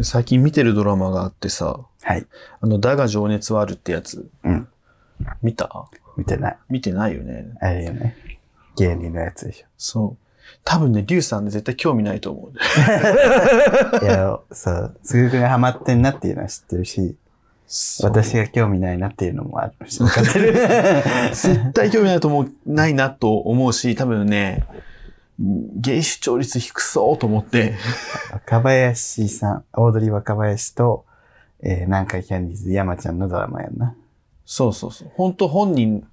最近見てるドラマがあってさ、はい。あの、だが情熱はあるってやつ、うん。見た見てない。見てないよね。あれよね。芸人のやつでしそう。多分ね、リュウさんね、絶対興味ないと思う。ょ。いや、そう、すぐくがハマってんなっていうのは知ってるし、そう私が興味ないなっていうのもあるし、分かってる。絶対興味ないと思う、ないなと思うし、多分ね、芸視聴率低そうと思って、若林さん、オードリー若林と、えー、南海キャンディーズ山ちゃんのドラマやんな。そうそうそう。本当本人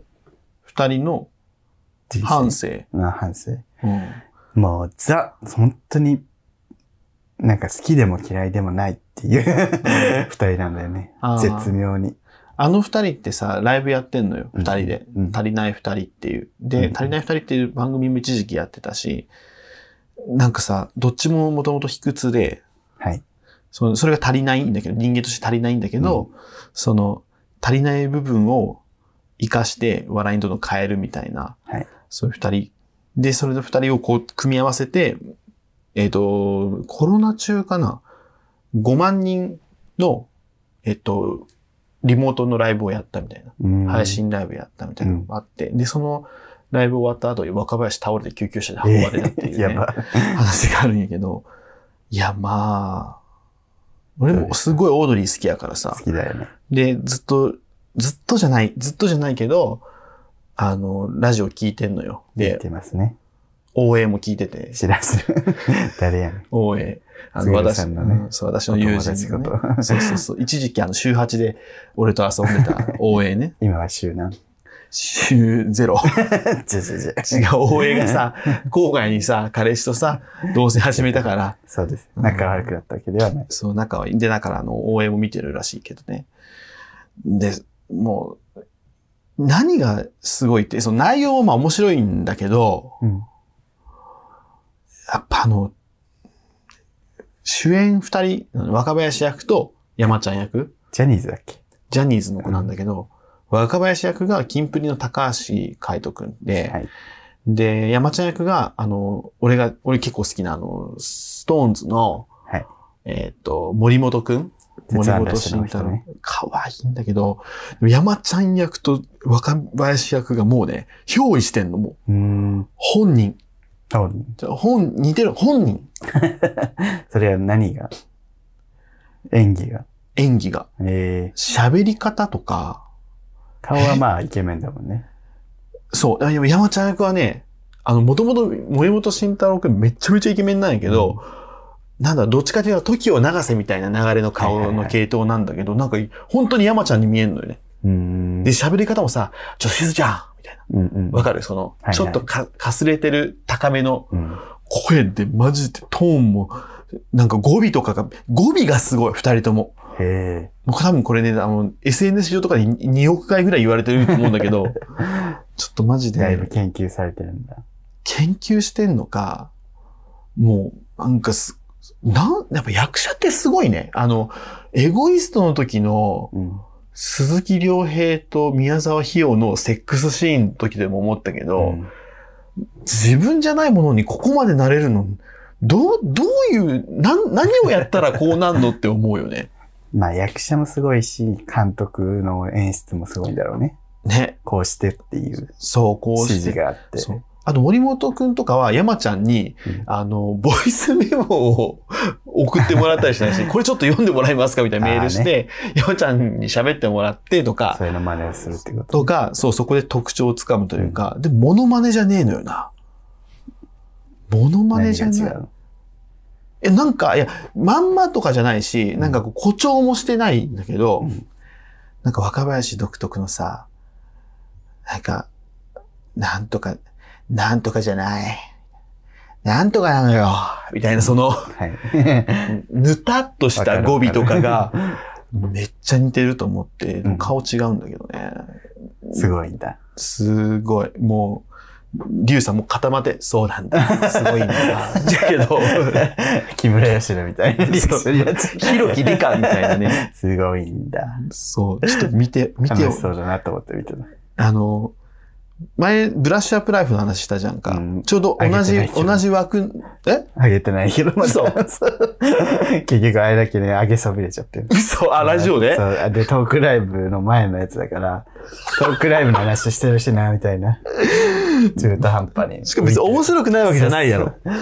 二人の人生反省。な反省。うん。もう、ザ、本当に、なんか好きでも嫌いでもないっていう二人なんだよねあー。絶妙に。あの二人ってさ、ライブやってんのよ、うん二人で。うん足りない二人っていう。で、うん足りない二人っていう番組も一時期やってたし、なんかさ、どっちももともと卑屈で、はい。そのそれが足りないんだけど、人間として足りないんだけど、その、足りない部分を活かして笑いにどんどん変えるみたいな、はいそういう二人。で、それの二人をこう、組み合わせて、えっ、と、コロナ中かな、5万人の、えっ、と、リモートのライブをやったみたいな。うん配。信ライブやったみたいなのがあって、で、そのライブ終わった後、若林倒れて救急車で運ばれたっていう、ねやば。話があるんやけど、いや、まあ、俺もすごいオードリー好きやからさ好、きだよね。で、ずっと、ずっとじゃない、ずっとじゃないけど、あの、ラジオ聞いてんのよ。言っで、てますね。応援も聞いてて、知らず。 誰やねん。応援。あの、杉浦私、さんのねうんそう、私の友人のお友ね、達ことそうそうそう。一時期、あの、週8で俺と遊んで た応援ね。今は週何週0。じゃじゃじゃ。違う、大江が さ、郊外にさ、彼氏とさ、同棲始めたから、そうです。仲悪くなったわけではない。そう、仲はいい。で、だから、あの、大江も見てるらしいけどね。で、もう、何がすごいって、その内容はまあ面白いんだけど、うん。やっぱあの、主演二人、若林役と山ちゃん役、ジャニーズだっけジャニーズの子なんだけど、若林役がキンプリの高橋海人くんで、はい。で、山ちゃん役が、あの、俺が、俺結構好きな、あの、ストーンズの、はいえっ、と、森本くん森鉄腕本ラッシュ慎の太人郎ね。。かわいいんだけど、でも山ちゃん役と若林役がもうね、憑依してんの、もう。うーん。本人。そうじゃ本、似てる、本人。それは何が演技が。演技が。ええ喋り方とか、顔はまあイケメンだもんね。そう。あでも山ちゃん役はね、あの、もともと森本慎太郎くんめちゃめちゃイケメンなんやけど、なんだ、どっちかというと、時を流せみたいな流れのはい顔はいのはい系統なんだけど、なんか、本当に山ちゃんに見えるのよね。うーん。で、喋り方もさ、ちょ、しずちゃんみたいな。うんうん。わかるその、いはいちょっとか、かすれてる高めのうん。声で、マジでトーンも、なんか語尾とかが、語尾がすごい、二人とも。へえ。もう多分これね、あの、SNS 上とかで2億回ぐらい言われてると思うんだけ ど、ちょっとマジで、だいぶ研究されてるんだ。研究してんのか、もう、なんかす、なん、やっぱ役者ってすごいね。あの、エゴイストの時のうん。鈴木亮平と宮沢ひよのセックスシーンの時でも思ったけど、うん自分じゃないものにここまでなれるの、どう、どういう、なん、何をやったらこうなんのって思うよね。まあ役者もすごいし、監督の演出もすごいんだろうね。 ね。こうしてっていうそう、こう指して示。があって。そうあと森本くんとかは山ちゃんに、うんあの、ボイスメモを送ってもらったりして ないし、これちょっと読んでもらえますかみたいなメールして、山ちゃんに喋ってもらってとか、そういうの真似をするってこと。とか、そう、そこで特徴をつかむというか、でもモノマネじゃねえのよな。モノマネ何じがゃ違。ないうのえ、なんか、いや、まんまとかじゃないし、なんかこう誇張もしてないんだけど、うんなんか若林独特のさ、なんか、なんとか、なんとかじゃない。なんとかなのよ。みたいな、その、 はい。ぬたっとした語尾とかがわか、るわかめっちゃ似てると思ってう、ん顔違うんだけどね。る。すごいんだ。すごい。もう、リュウさんも固まって、そうなんだ。すご いんだ。だけど、木村佳乃みたいなリアクションになっちゃ う。ひろきりかみたいなね。すごいんだ。そう、ちょっと見て、見て 楽よし。そうだなと思って見てた。あの、前、ブラッシュアップライフの話したじゃんか。うんちょうど同じあげてない、けど同じ枠、えあげてないけど、まだ 嘘そう結局あれだけね、あげそびれちゃってる。嘘あ、ラジオでそう。で、トークライブの前のやつだから、トークライブの話してるしな、みたいな。中途半端に。しかも別に面白くないわけじゃないやろ。そう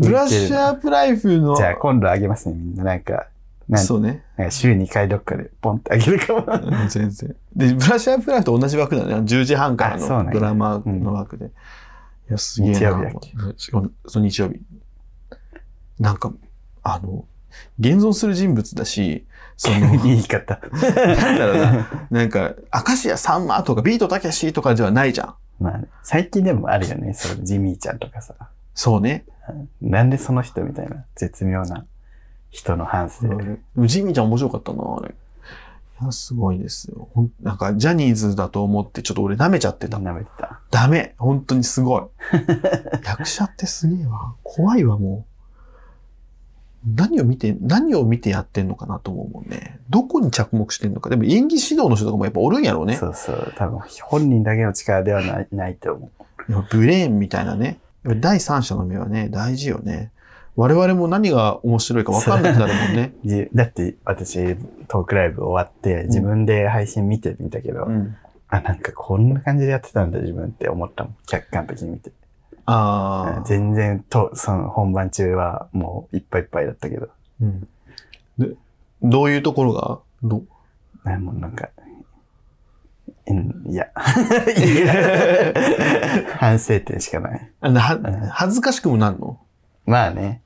ブラッシュアップライフの、じゃあ今度あげますね、みんな。なんか、なんそうね。なんか週2回どっかでポンってあげるかも。 うん全然。で、ブラッシュアップライフと同じ枠だね。10時半からあそうなんのやドラマの枠で。いや、すげえな。日曜日だっけうんしかもその日曜日。なんか、あの、現存する人物だし、その、いい言い方。なんだろうな。なんか、明石家さんまとかビートたけしとかじゃないじゃん。 まあ、最近でもあるよね。そう、ジミーちゃんとかさ。そうね。なんでその人みたいな、絶妙な人の反省。うん、ジミーちゃん面白かったな、あれ。いや、すごいですよ。ほんなんか、ジャニーズだと思って、ちょっと俺舐めちゃってた。舐めてた。ダメ本当にすごい。役者ってすげえわ。怖いわ、もう。何を見て、何を見てやってんのかなと思うもんね。どこに着目してんのか。でも演技指導の人とかもやっぱおるんやろうね。そうそう。多分、本人だけの力ではないないと思う。やっぱブレーンみたいなね。やっぱ第三者の目はね、大事よね。我々も何が面白いか分かんなくなるもんね。じだって、私、トークライブ終わって、自分で配信見てみたけど、 うん。あ、なんかこんな感じでやってたんだ、自分って思ったもん。客観的に見て。ああ。全然と、その本番中はもういっぱいいっぱいだったけど、うん。で、どういうところがどねもうなんか、うんいや。いや反省点しかない。あなは恥ずかしくもなるのまあね。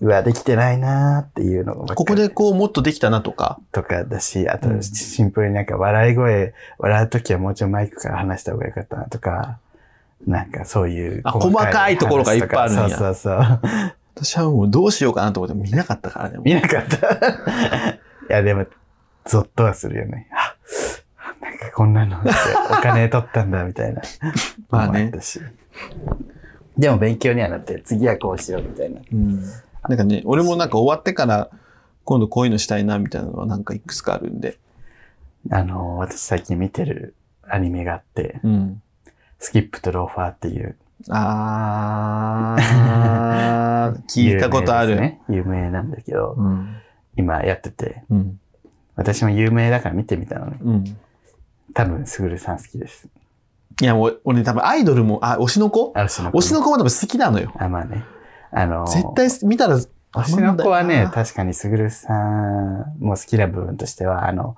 うわ、できてないなーっていうのが。ここで。こうもっとできたなとか。とかだし、あうとんシンプルになんか笑い声、笑うときはもうちょいマイクから話した方がよかったなとか、なんかそういうあ細かいところがいっぱいあるんや話とかそうそうそう。私はもうどうしようかなと思って見なかったからね。もう見なかった。い や、でも、ゾッとはするよね。あなんかこんなの見て、お金取ったんだ、みたいな。 まあねのもったし。でも勉強にはなって、次はこうしよう、みたいな。うん。なんかね、俺もなんか終わってから、今度こういうのしたいな、みたいなのはなんかいくつかあるんで。あの、私最近見てるアニメがあって、うん。スキップとローファーっていう。 あー、聞いたことある。有名ですね。有名なんだけど、うん。今やってて、うん。私も有名だから見てみたのね。うん。多分、すぐるさん好きです。いや、もう俺多分アイドルも、あ、推しの子あしの推しの子も多分好きなのよ。あ、まあね。あの、絶対見たら、あ星の子はなんね、だよ確かにすぐるさんも好きな部分としては、あの、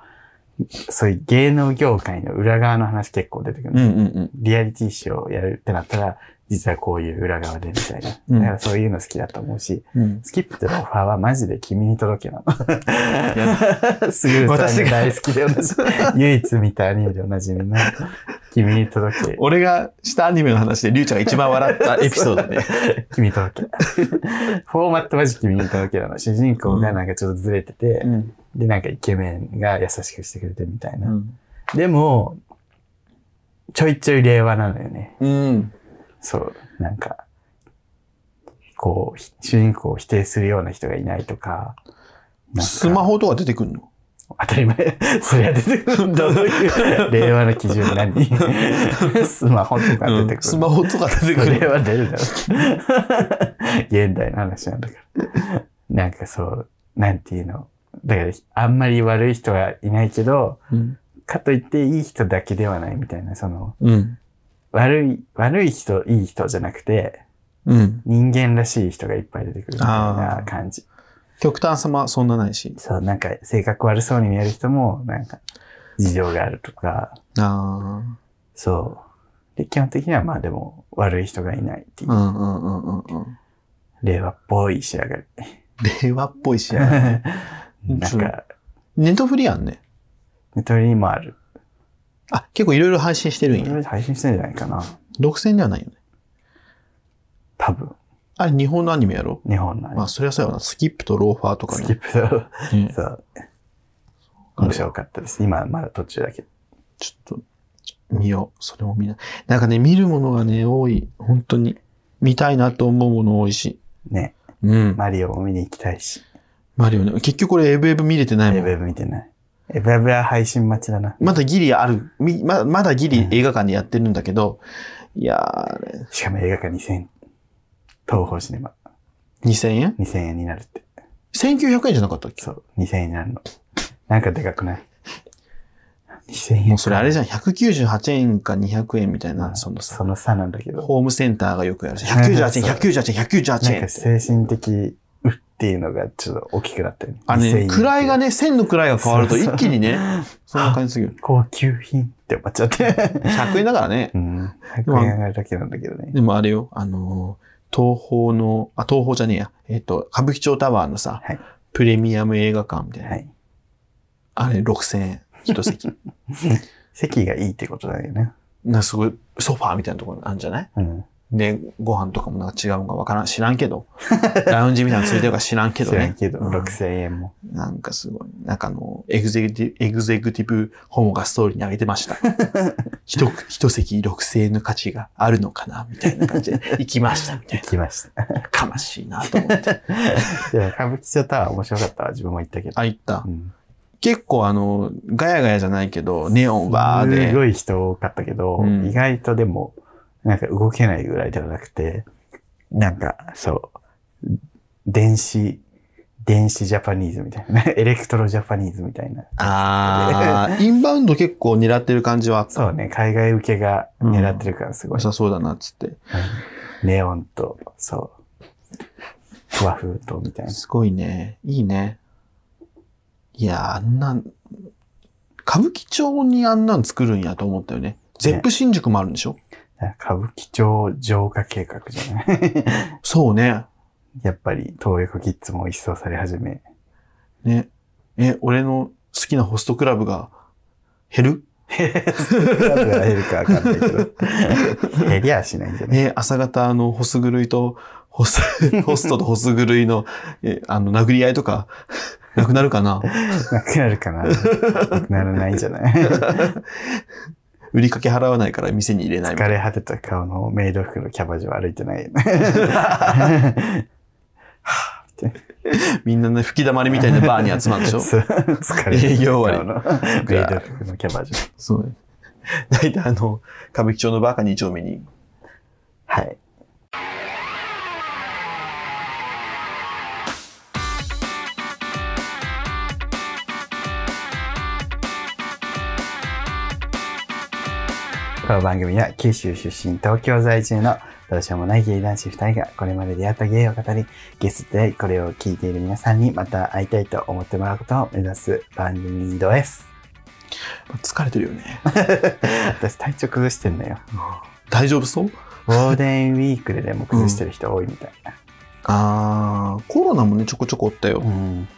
そういう芸能業界の裏側の話結構出てくる。なうんうんリアリティショーをやるってなったら、実はこういう裏側でみたいな。うんだからそういうの好きだと思うし、うんうん。スキップとローファーはマジで君に届けなやの。すぐるさんが大好きで同じ、唯一見たアニメでおなじみの、君に届け。俺がしたアニメの話で、りゅうちゃんが一番笑ったエピソードで。君に届け。フォーマットマジ君に届けなの。主人公がなんかちょっとずれてて、 うん。で、なんかイケメンが優しくしてくれてみたいうな。ん。でも、ちょいちょい令和なのよね。うん。そう。なんか、こう、ひ主人公を否定するような人がいないとか。なんかスマホとか出てくん の当たり前。 それは出てくるんだ。どういう令和の基準何 スマホとか出てくる。うんスマホとか出てくそれる。は出るだろう。 現代の話なんだから。なんかそう、なんていうの。だから、あんまり悪い人はいないけど、うん。かといっていい人だけではないみたいな、その、うん。悪い、悪い人、いい人じゃなくて、うん。人間らしい人がいっぱい出てくるみたいあなー感じ。極端さまそんなないし。そう、なんか性格悪そうに見える人も、なんか、事情があるとか、ああ。そう。で、基本的にはまあでも、悪い人がいないっていうう、んうんうんうんうん。令和っぽい仕上がり。令和っぽい し。なんそうか、ネットフリやんね。ネトリもある。あ、結構いろいろ配信してるんや。配信してんじゃないかな。独占ではないよね。多分、あれ、日本のアニメやろ日本のアニメまあ、そりゃそうやわな。スキップとローファーとかスねキップと、ねそう、面白かったです。今はまだ途中だけど。ちょっと、見よう。それも見ない。なんかね、見るものがね、多い。本当に。見たいなと思うもの多いし。ね、うん。マリオも見に行きたいし、マリオね。結局これ、エブエブ見れてないウもェん。ブ見てない。えブラブラ配信待ちだな。まだギリある。みままだギリ映画館でやってるんだけど、いやしかも映画館2000円。東宝シネマ。ー、2000円2000円になるって。 ?1900 円じゃなかったっけそう。2000円になるの。なんかでかくない ?2000 円。もうそれあれじゃん。198円か200円みたいな、うんそのさ、その差なんだけど。ホームセンターがよくやるじゃん。198円、198円、198なん円かって。精神的、うっていうのがちょっと大きくなったよね。あの2000ね、円位がね、1000の位が変わるとそうそう一気にね、そんな感じするよ。高級品って思っちゃって。 100円だからねう。ん。100円上がるだけなんだけどね。でもあれよ、あのー東宝の、あ、東宝じゃねえや。えっ、と、歌舞伎町タワーのさ、はいプレミアム映画館みたいな。はい。あれ6000円、一席。 席がいいってことだよね。なんかすごい、ソファーみたいなところあるんじゃないうん。で、ご飯とかもなんか違うのかわからん、知らんけ ど。ラウンジみたいなのついてるか知らんけど知らんね。けど、うん6000円も。なんかすごい。なんかあの、エグゼクティブ、エグゼクティブホモがストーリーに上げてま した。一、一席6000円の価値があるのかなみたいな感じで、行きま したみたい行きました。な。かましいなと思って。でも歌舞伎町タワー面白かったわ。自分も行ったけど。あ、行ったう。ん。結構あの、ガヤガヤじゃないけど、ネオンバーすで、ごい人多かったけど、うん意外とでも、なんか動けないぐらいではなくて、なんか、そう、電子、電子ジャパニーズみたいな、 エレクトロジャパニーズみたいな。あ ー、インバウンド結構狙ってる感じはあった。そうね、海外受けが狙ってるからすご良い。さそうだな、っつって。ネオンと、そう、和風とみたいな。すごいね。いいね。いや、あんな、歌舞伎町にあんなん作るんやと思ったよね。ゼップ新宿もあるんでしょ、歌舞伎町浄化計画じゃない そうね。やっぱり、東横キッズも一掃され始め、ね。え、俺の好きなホストクラブが減る何が減るかわかんないけど、 減りゃしないんじゃないえ、朝方あの、ホス狂いと、ホス、 ホストとホス狂いの、え、あの、殴り合いとか、なくなるかな なくなるかななくならないんじゃない 売りかけ払わないから店に入れないみた疲いな。れ果てた顔のメイド服のキャバ嬢歩いてないよね。みんなね、吹き溜まりみたいなバーに集 まるでしょそう 疲れ営業終わりのメイド服のキャバ嬢。そう。大体あの、歌舞伎町のバカ2丁目にはい。この番組は九州出身、東京在住のどうしようもない芸男子2人がこれまで出会った芸を語り、ゲストでこれを聞いている皆さんにまた会いたいと思ってもらうことを目指す番組です。疲れてるよね。私体調崩してん だよ。大丈夫そうゴールデンウィークででも崩してる人多いみたいな。あー、コロナもね、ちょこちょこおったよう。ん。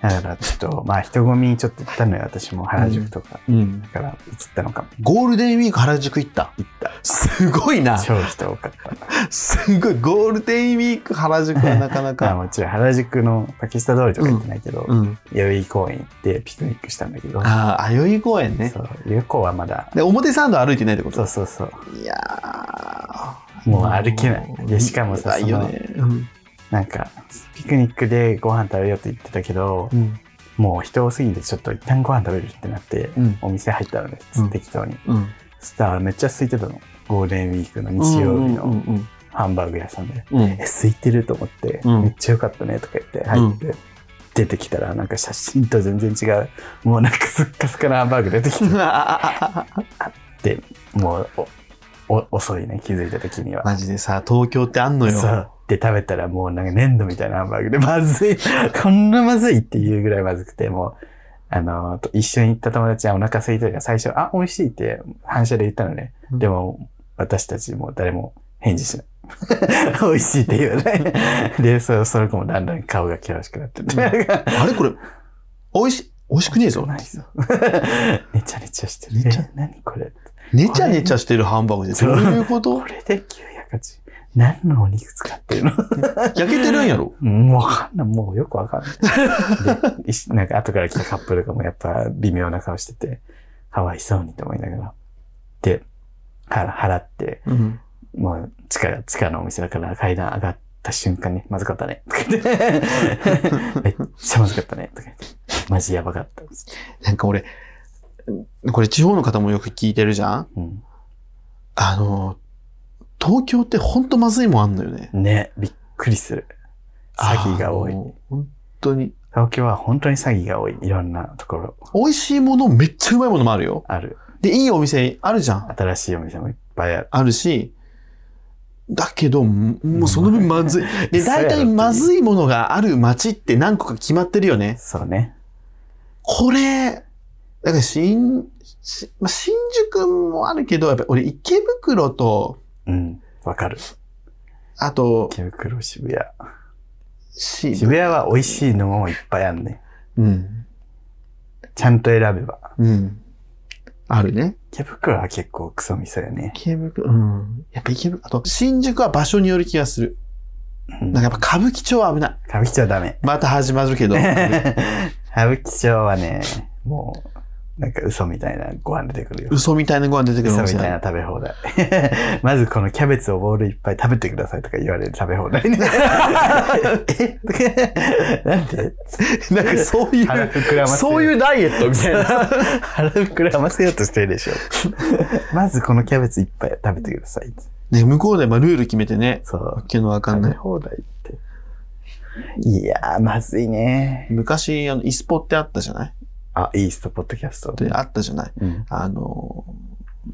だからちょっと、まあ人混みにちょっと行ったのよ、私も原宿とか。うんだ。から映ったのかも。ゴールデンウィーク原宿行った。行っすごいた。な。超人多かった。すごい。ゴールデンウィーク原宿はなかな まあか。もちろん原宿の竹下通りとか行ってないけど、うん。代々木公園行ってピクニックしたんだけど、あー、代々木公園ねそ。う、代々木公園はまだ、で、表参道歩いてないってこそうとそうそう。いやーもう歩けないでしかもさ辛いよね。うんなんか、ピクニックでご飯食べようって言ってたけど、うん。もう人多すぎてちょっと一旦ご飯食べるってなって、うん。お店入ったのね、うん適当に。うん。そしたらめっちゃ空いてたの。ゴールデンウィークの日曜日うんのうんハンバーグ屋さんで。うんうんえ空いてると思って、うんめっちゃ良かったねとか言って入って、出てきたらなんか写真と全然違うもうなんかすっかすかなハンバーグ出てき うん。あてもうおお遅いね気づいた時には。マジでさ、東京ってあんのよ。そうで食べたらもうなんか粘土みたいなハンバーグでまずい こんなまずいっていうぐらいまずくてもうあのと一緒に行った友達はお腹空いてるから最初「あ美味しい」って反射で言ったのね、うんでも私たちもう誰も返事しない 美味しいって言わないでそその子もだんだん顔が険しくなってて、あれこれ、美味し、美味しくねえ ぞ。ないぞねちゃねちゃしてるねちゃえ何これねちゃねちゃしてるハンバーグでどういうことこれで980何のお肉使ってるの焼けてるんやろうんわかんない。もうよくわかんない。で、いしなんか後から来たカップルがもうやっぱ微妙な顔してて、かわいそうにと思いながら。で、は払って、うん。もう地下、地下のお店だから階段上がった瞬間に、まずかったね。とか言って、めっちゃまずかったね。とか言って、マジやばかったです。なんか俺、これ地方の方もよく聞いてるじゃんうん。あの、東京ってほんとまずいもんあんのよね。ね、びっくりする。詐欺が多いあ。の。本当に。東京は本当に詐欺が多い。いろんなところ美味しいもの、めっちゃうまいものもあるよ。ある。で、いいお店あるじゃん。新しいお店もいっぱいある。あるし、だけど、ももうその分まずい。で、そう大やろって体いうまずいものがある街って何個か決まってるよね。そうね。これ、だから新、しまあ新宿もあるけど、やっぱ俺池袋と、うん。わかる。あと、池袋、渋谷。し渋谷は美味しいのもいっぱいあるね。うん。ちゃんと選べば。うん。あるね。池袋は結構クソ味噌よね。池袋、うん。やっぱ池袋、あと、新宿は場所による気がする。うんなんかやっぱ歌舞伎町は危ない。歌舞伎町はダメ。 また始まるけど。歌舞伎町はね、もう、なんか嘘みたいなご飯出てくるよ。嘘みたいなご飯出てくるお嘘み店たいな食べ放題。 まずこのキャベツをボールいっぱい食べてくださいとか言われる食べ放題ね。 え なんで なんかそうい腹う、膨らませよそういうダイエットみたいな。 腹膨らませようとしてるでしょ。 まずこのキャベツいっぱい食べてください。ね、向こうでまあルール決めてね、そうわ。けのわかん食なべい。放題って。いやー、まずいね。昔、あの、イスポってあったじゃないあ、イーストポッドキャスト。であったじゃないうん、あの、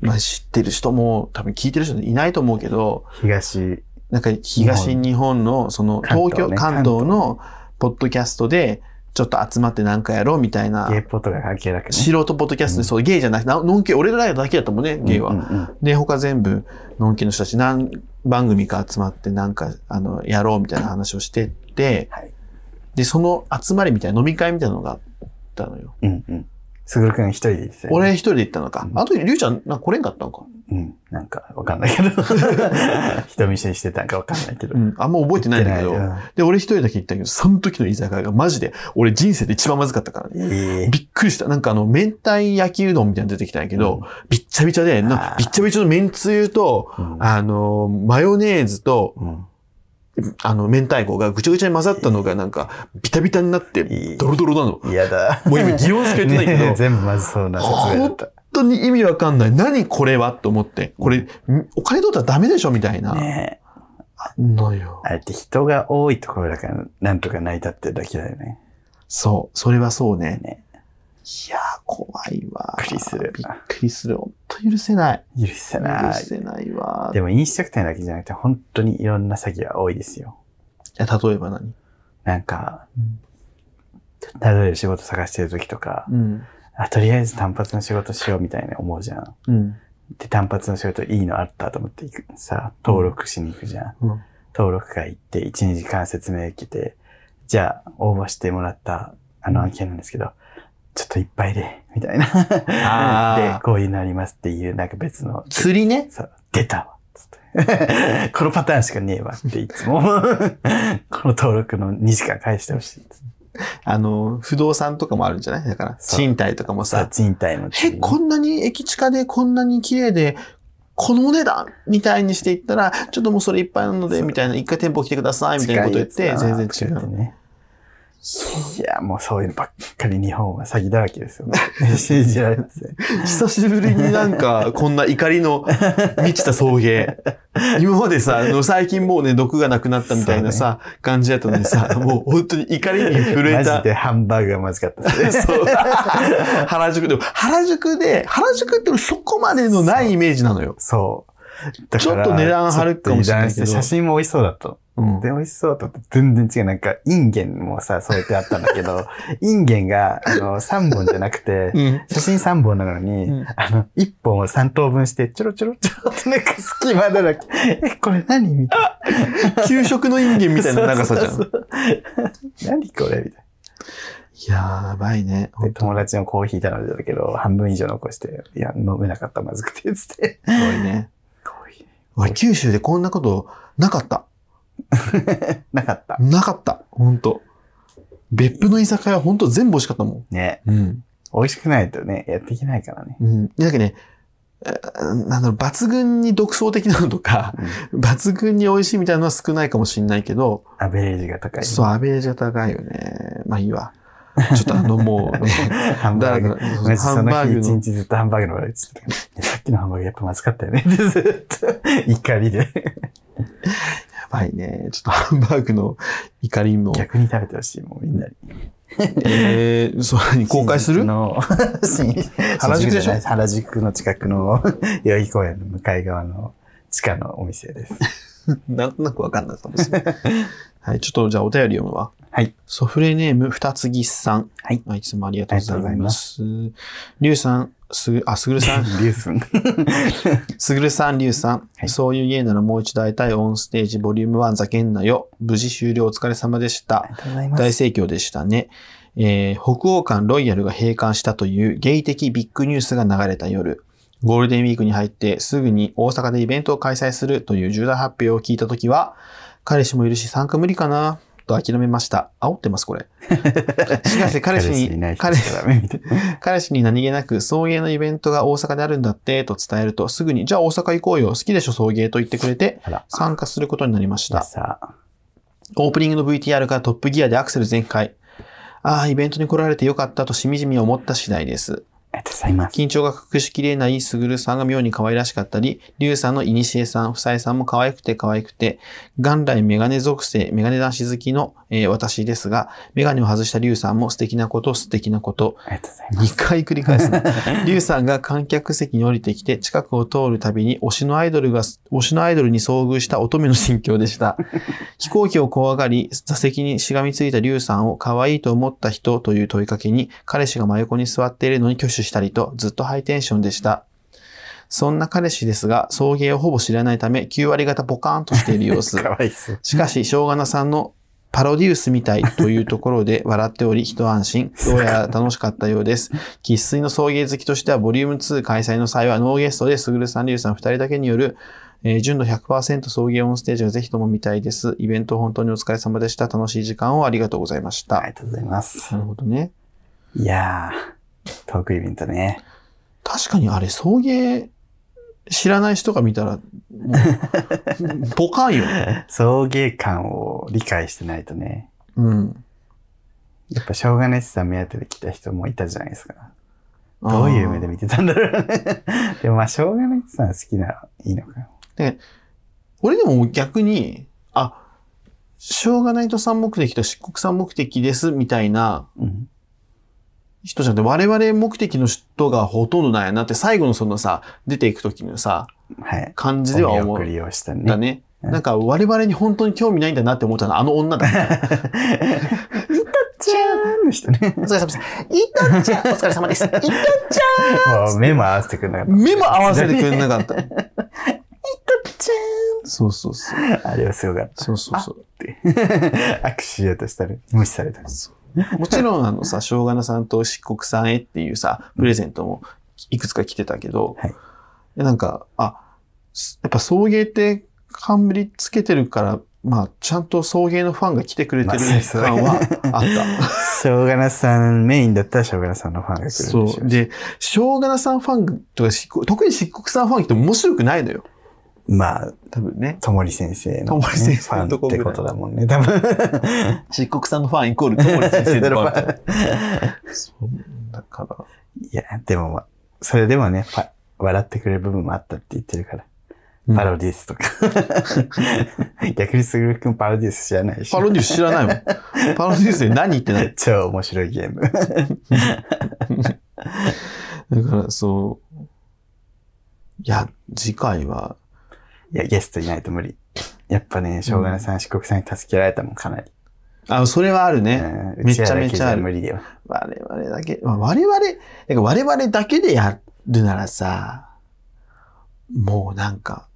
まあ、知ってる人も多分聞いてる人いないと思うけど、東、なんか東日本の、その関東東京、ね関東のポッドキャストで、ちょっと集まってなんかやろうみたいなゲ、イポとか関係なくね。素人ポッドキャストで、うんそう、ゲイじゃなくて、なノンケ、俺らだけだったもんね、ゲイは。うんうんうんで、他全部、のんきの人たち何番組か集まって、なんか、あの、やろうみたいな話をしてって、はいで、その集まりみたいな、飲み会みたいなのがあったのよ。うんうん。すぐるくん一人で行ってたよね、俺一人で行ったのか。うんあと、りゅうちゃん、なんか来れんかったのか。うん。なんか、わかんないけど。 人見知りしてたんかわかんないけど。うん、あんま覚えてないんだけ行ど。っで、俺一人だけ行ったけど、その時の居酒屋がマジで、俺人生で一番まずかったからね。てないうんええびっくりした。なんかあの、明太焼きうどんみたいなの出てきたんやけど、びっちゃびちゃで、なあーびっちゃびちゃのめんつゆと、うんあの、マヨネーズと、うんあの、明太子がぐちゃぐちゃに混ざったのがなんか、ビタビタになって、ドロドロなの。嫌だ。もう今、擬音しか言ってないけど、ねえ 全部まずそうな説明だった。本当に意味わかんない。何これはと思って。これ、んお金取ったらダメでしょみたいな。ねえのよ。あれって人が多いところだから、なんとか成り立ってるだけだよね。そう。それはそうね。ねいやー、怖いわ。びっくりするびっくりする。本当許せない。許せ許ない。せないわ。でいも飲食店だけじゃなくて、本当にいろんな詐欺は多いですよ。や例えば何なんか、うん例えば仕事探してる時とか、うん。あ、とりあえず単発の仕事しようみたいな思うじゃん。うん。で、単発の仕事いいのあったと思って行くさ、登録しに行くじゃん。うん。登録会行って、1、2時間説明受けて、じゃあ、応募してもらったあの案件なんですけど、ちょっといっぱいで、みたいあー な。で、こういうのありますっていう、なんか別の釣りね。さ、出たわ。つって。 このパターンしかねえわっていつも 思う。この登録の2時間返してほしい。あの、不動産とかもあるんじゃないだから、そう賃貸とかもさあ、さ、賃貸のえ、こんなに駅近でこんなに綺麗で、このお値段みたいにしていったら、ちょっともうそれいっぱいなので、そうみたいな、一回店舗来てください、みたいなこと言って、全然違 う。ね。いや、もうそういうのばっかり日本は詐欺だらけですよ。信じられません。久しぶりになんか、こんな怒りの満ちた送 迎。今までさ、あの、最近もうね、毒がなくなったみたいなさ、感じだったのに さ、もう本当に怒りに 震えマジた。でハンバーグがまずかったです ね そう。原宿でも、原宿で、原宿って俺そこまでのないイメージなのよ。そう。だからちょっと値段張るかもしれないけどちょっと値段して写真も美味しそうだった。うんで、美味しそうだったって全然違う。なんか、インゲンもさ、添えてあったんだけど、 インゲンが、あの、3本じゃなくて、うん。写真3本なのに、うんあの、1本を3等分して、ちょろちょろちょろってなんか隙間だらけ。え、これ何みたいな。給食のインゲンみたいな長さじゃんそ。うそうそう何これみたいいやー、やばいね。な。で、友達のコーヒー頼んでたけど、半分以上残して、いや、飲めなかった、まずくて、つって。すごいね。コーヒ俺、九州でこんなことなかった。ー なかった。なかった。ほんと。別府の居酒屋ほんと全部美味しかったもね。ん。うん。美味しくないとね、やっていけないからね。うん。なんかね、えーなんだろう、抜群に独創的なのとか、 抜群に美味しいみたいなのは少ないかもしんないけど、 アベレージが高い。そう、アベレージが高いよね。まあいいわ。ちょっとあのもうね、 ハンだバらーだグ。らマハジそンバの日ーグ一の、日ずっとハンバーグの話題してたからねさっきのハンバーグやっぱまずかったよね。 でずっと怒りで。やばいね。ちょっとハンバーグの怒りも。逆に食べてほしい、もうみんなに。えー、そう、何公開する新宿 の、新原宿でしょ新じゃない原宿の近くの 代々木公園の向かい側の地下のお店です。なんとなくわかんないかもしれ ない。はい、ちょっとじゃあお便り読むわ。はい。ソフレネーム二つぎさん。はい。いつもありがとうございます。りゅうさん、すぐ、あ、すぐるさ ん、リュウスン。すぐるさん、りゅうさん、はいそういう芸ならもう一度会いたいオンステージボリューム1ざけんなよ。無事終了お疲れ様でしたあ。りがとうございま大す。盛況でしたね。えー北欧間ロイヤルが閉館したというゲイ的ビッグニュースが流れた夜、ゴールデンウィークに入ってすぐに大阪でイベントを開催するという重大発表を聞いたときは、彼氏もいるし参加無理かな、と諦めました。煽ってます、こ れ。しかし彼氏いなに、い人しかダメみたいな。彼氏に何気なく、送迎のイベントが大阪であるんだって、と伝えると、すぐに、じゃあ大阪行こうよ、好きでしょ、送迎と言ってくれて、あら、参加することになりました。さあ、オープニングの VTR からトップギアでアクセル全開。ああ、イベントに来られてよかったとしみじみ思った次第です。ありがとうございます。緊張が隠しきれないすぐるさんが妙に可愛らしかったり、りゅうさんのいにしえさん、ふさえさんも可愛くて可愛くて、元来メガネ属性、メガネ男子好きの、えー私ですが、メガネを外したりゅうさんも素敵なこと、素敵なこと、ありがとうございます。 2回繰り返すな。 リュウさんが観客席に降りてきて、近くを通るたびに推しのアイドルが、推しのアイドルに遭遇した乙女の心境でした。飛行機を怖がり、座席にしがみついたリュウさんを可愛いと思った人という問いかけに、彼氏が真横に座っているのに挙手したりと、ずっとハイテンションでした。そんな彼氏ですが、送迎をほぼ知らないため、9割方ポカーンとしている様子。かわいそう。しかし、しょうがなさんのパロディウスみたいというところ で笑っており一安心。どうやら楽しかったようです。喫水の送迎好きとしてはボリューム2開催の際はノーゲストで、すぐるさん、りゅうさん二人だけによる、えー純度100%送迎オンステージがぜひとも見たいです。イベント本当にお疲れ様でした。楽しい時間をありがとうございましあた。りがとうございますな。るほどね。いやー、トークイベントね。確かにあれ、送迎知らない人が見たら、も うポカンよ。送迎感を理解してないとね。うん。やっぱ、しょうがないさん目当てで来た人もいたじゃないですか。どういう目で見てたんだろうね。 でもまあ、しょうがないさん好きならいいのかよ。俺でも逆に、あ、しょうがないと三目的と漆黒三目的ですみたいなうん。人じゃなくて、我々目的の人がほとんどなんやなって、最後のそのさ、出ていく時のさ、はい。感じではお見思送う。りをしただね。ね。うんなんか我々に本当に興味ないんだなって思ったのはあの女だ。 ちゃーんの人ね。お疲れ様です。いたっちゃんお疲れ様 です。いたっちもう目も合わせてくれなかっゃんた。目も合わせてくれなかった。いたっちゃんそうそうそう。 あれはすごかっそうそうそう。た って。握手しようとしたら無視された。もちろんあの さ、しょうがなさんと漆黒さんへっていうさ、プレゼントもいくつか来てたけど、はいやなんか、あ、すやっぱ送迎って冠つけてるから、まあ、ちゃんと送迎のファンが来てくれてるまあそうそう感はあ った。しょうがなさん、メインだったらしょうがなさんのファンが来るでしょそうう。で、しょうがなさんファンとか漆黒、特に漆黒さんファンって面白くないのよ。まあ、多分ね。ともり先生の、友ね、利先生のとファこぐンってらいことだもんね、多分。漆黒さんのファンイコール、友利 先生のファンみたいだからな。そう。だから、いや、でもまあ、それでもね、パ笑ってくれる部分もあったって言ってるから。パロディースとか。逆にすぐるくんパロディース知らないでしょ。パロデュース知らないもん。パロデュースで何言ってない超面白いゲーム。だから、そう。いや、次回は、いや、ゲストいないと無理。やっぱね、しょうがないさん、四国さんに助けられたもん、かなり。あ、それはあるうね。んめちゃめちゃあるうらだけじ無理だよ。我々だけ、まあ、我々、なんか我々だけでやるならさ、もうなんか、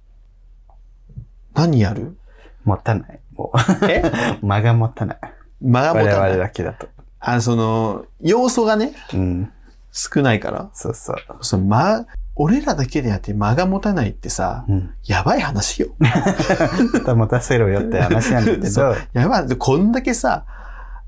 何や る持たない。もえう、間が持たない。間が持我た々ない。だけだと。あ、その、要素がね、うん。少ないから。そうそう。その間、俺らだけでやって間が持たないってさ、うん。やばい話よ。また持たせろよって話なんだけそど、やばい。こんだけさ、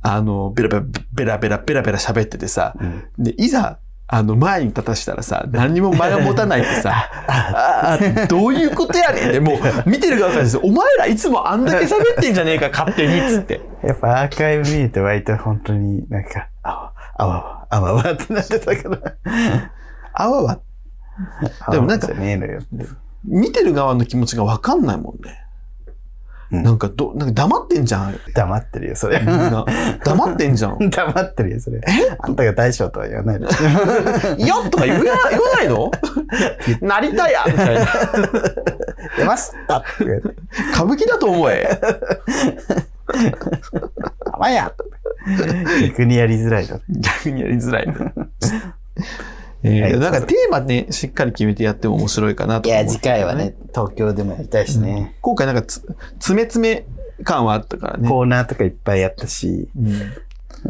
あの、ベラベラ、ベラベラ、ベラベラ喋っててさ、うん。で、いざ、あの、前に立たしたらさ、何にも間が持たないって さ、ああ、どういうことやねんって、もう、見てる側からですお前らいつもあんだけ喋ってんじゃねえか、勝手にっつって。やっぱアーカイブ見ると割と本当になんか、あ、あわわ、あわわってなってたから。あわわ、あでもわなわんかじゃねえのよって。見てる側の気持ちがわかんないもんね。うんなんかど、なんか黙ってんじゃんあれ。黙ってるよ、それ。みん な黙ってんじゃん。黙ってるよ、それ。えあんたが大将とは言わないでしょ。いやとか言え言わない のなりたいやみたいな。出ましたって言われて。歌舞伎だと思え。あわや逆にやりづらいだ。逆にやりづらい。 えはいー、なんかテーマね、しっかり決めてやっても面白いかなとい思うや、次回はね、東京でもやりたいしね。今回なんかつ、つめつめ感はあったからね。コーナーとかいっぱいやったし。うん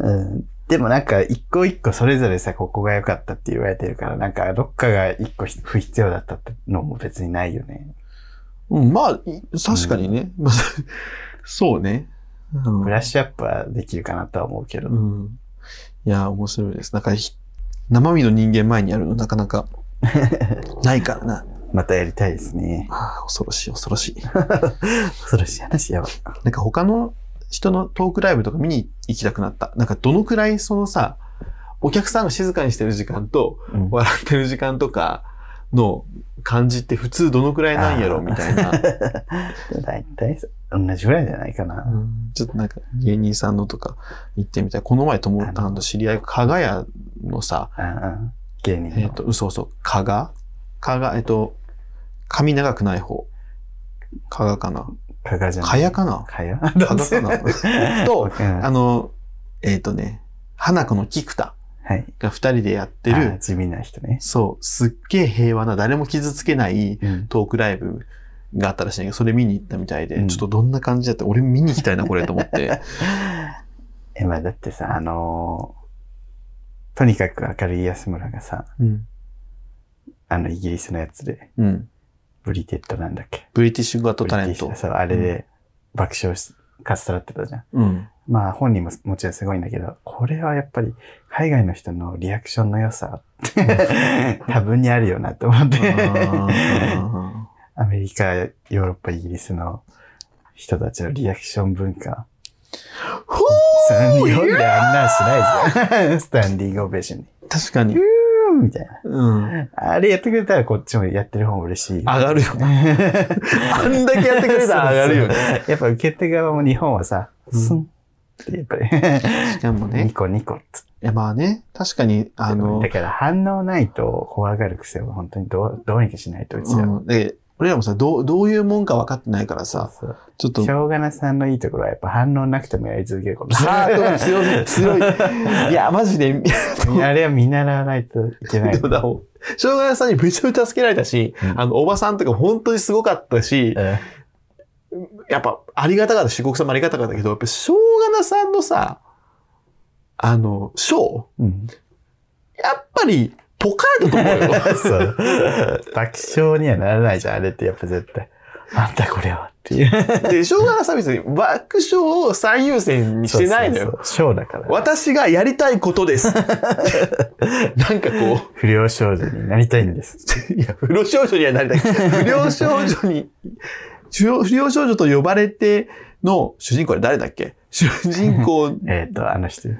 うん。でもなんか、一個一個それぞれさ、ここが良かったって言われてるから、なんか、どっかが一個ひ不必要だったってのも別にないよね。うん、まあ、い確かにね。まあ そうね。うんブラッシュアップはできるかなとは思うけど。うん。いや、面白いです。なんかひ、生身の人間前にやるのなかなかないからな。またやりたいですね。ああ、恐ろしい、恐ろしい。恐ろしい話やば。なんか他の人のトークライブとか見に行きたくなった。なんかどのくらいそのさ、お客さんが静かにしてる時間と、うん笑ってる時間とかの感じって普通どのくらいなんやろみたいな。 大体、同じぐらいじゃないかな。うんちょっとなんか芸人さんのとか行ってみたい。この前友達の知り合い、加賀屋のさ、うんうん芸人の。えっ、と、嘘そう、加賀加賀、えっ、と、髪長くない方。加賀かなかがじゃない。かやかなかやかがか なと、うんあの、えっ、とね、花子の菊田はい。が二人でやってある、地味な人ね。そう、すっげえ平和な、誰も傷つけないうん。トークライブがあったらしいんだけど、それ見に行ったみたいで、うんちょっとどんな感じだった俺見に行きたいな、これと思 って。え、まあだってさ、あのーとにかく明るい安村がさ、うん。あの、イギリスのやつで、うん。ブリテッドなんだっけ。ブリティッシュガットタレンブリティットシュ。そう、あれで爆笑し、かっさらってたじゃん。うん。まあ本人ももちろんすごいんだけど、これはやっぱり海外の人のリアクションの良さって多分にあるよなと思って。あアメリカ、ヨーロッパ、イギリスの人たちのリアクション文化。ーほその日本であんなんしないじゃん。スタンディングオベーションに。ー 確かに。ふーんみたいな。うん。あれやってくれたらこっちもやってる方も嬉しい。。上 がるよ ああんだけやってくれたら上がるよね。ね。やっぱ受け手側も日本はさ、うんスンってやっぱり、しかもねニ。コニコっつって。いや、まあね。確かに、あのだ、から反応ないと怖がる癖は本当にどうどうにかしないとうちは。うん、で俺らもさ、どう、どういうもんか分かってないからさ、そうちょっそとう。し、ょうがなさんのいいところはやっぱ反応なくてもやり続けること。ハートが強 い、強い。いや、マジで、 あれは見習わないといけな い。どうだろう。障害者さんにめちゃめちゃ助けられたし、うんあの、おばさんとか本当にすごかったし、やっぱ、ありがたかった、四国さんもありがたかったけど、やっぱ、しょうがなさんのさ、あの、ショー、うん。やっぱり、ポカーだと思うよ。そう。爆笑にはならないじゃん、あれってやっぱ絶対。あんたこれはっていう。 で、しょうがなさんは別に爆笑を最優先にしてないのよ。そうそうそうショーだから。私がやりたいこと です。なんかこ不良少女になりたいんです。 う、いや、不良少女にはなりたい。不良少女に、不良不良少女と呼ばれての主人公は誰だっけ主人公、えっと、あの人、伊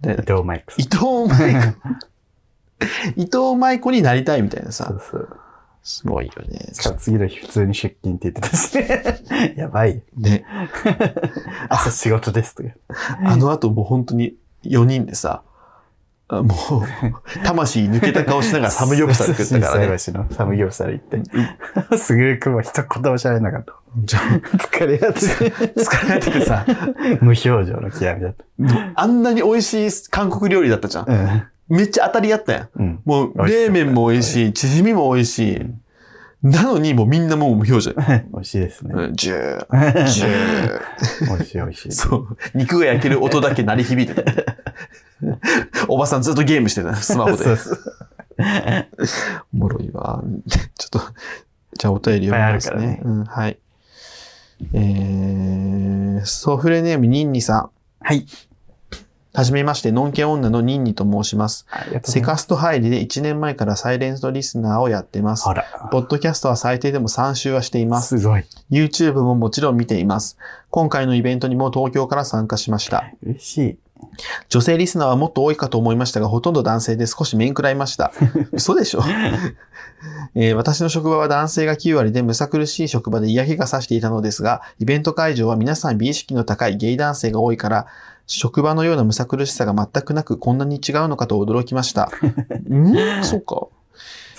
で藤マイクさ伊ん。藤舞子、伊藤舞子になりたいみたいなそさ、うそう。すごいよね。しかも次の日普通に出勤って言ってたしね。 やばい。ね、朝仕事ですとか。あの後もう本当に4人でさ、あも う、魂抜けた顔しながらサムギョプサル食ったからね。新橋のサムギョプサル行って。すぐるくんは一言も喋れなかった。じゃあ 疲れやつ。疲れててさ、無表情の極みだった。あんなに美味しい韓国料理だったじゃん。めっちゃ当たりやったやん。うん。うん。 もう、冷麺も美味しい、チヂミも美味しい。なのに、もうみんなもう無表情。美味しいですね。うんジュー、ジ 美ュー。味しい美味しい。そう。肉が焼ける音だけ鳴り響い てた。おばさんずっとゲームしてた、スマホでそう。そうおもろいわ。 ちょっと、じゃあお便り読みますね。いっぱいあるからねうん、はい。えー、ソフレネームニンニさん。はい。はじめまして、ノンケ女のニンニと申します。ありがとうござセいます。カスト入りで1年前からサイレンストリスナーをやってますほ。ら。ポッドキャストは最低でも3週はしています。すごい。 YouTube ももちろん見ています。今回のイベントにも東京から参加しました。嬉しい。女性リスナーはもっと多いかと思いましたが、ほとんど男性で少し面食らいました。嘘でしょ、 えー私の職場は男性が9割でむさ苦しい職場で嫌気がさしていたのですが、イベント会場は皆さん美意識の高いゲイ男性が多いから、職場のようなむさ苦しさが全くなく、こんなに違うのかと驚きました。んそうか。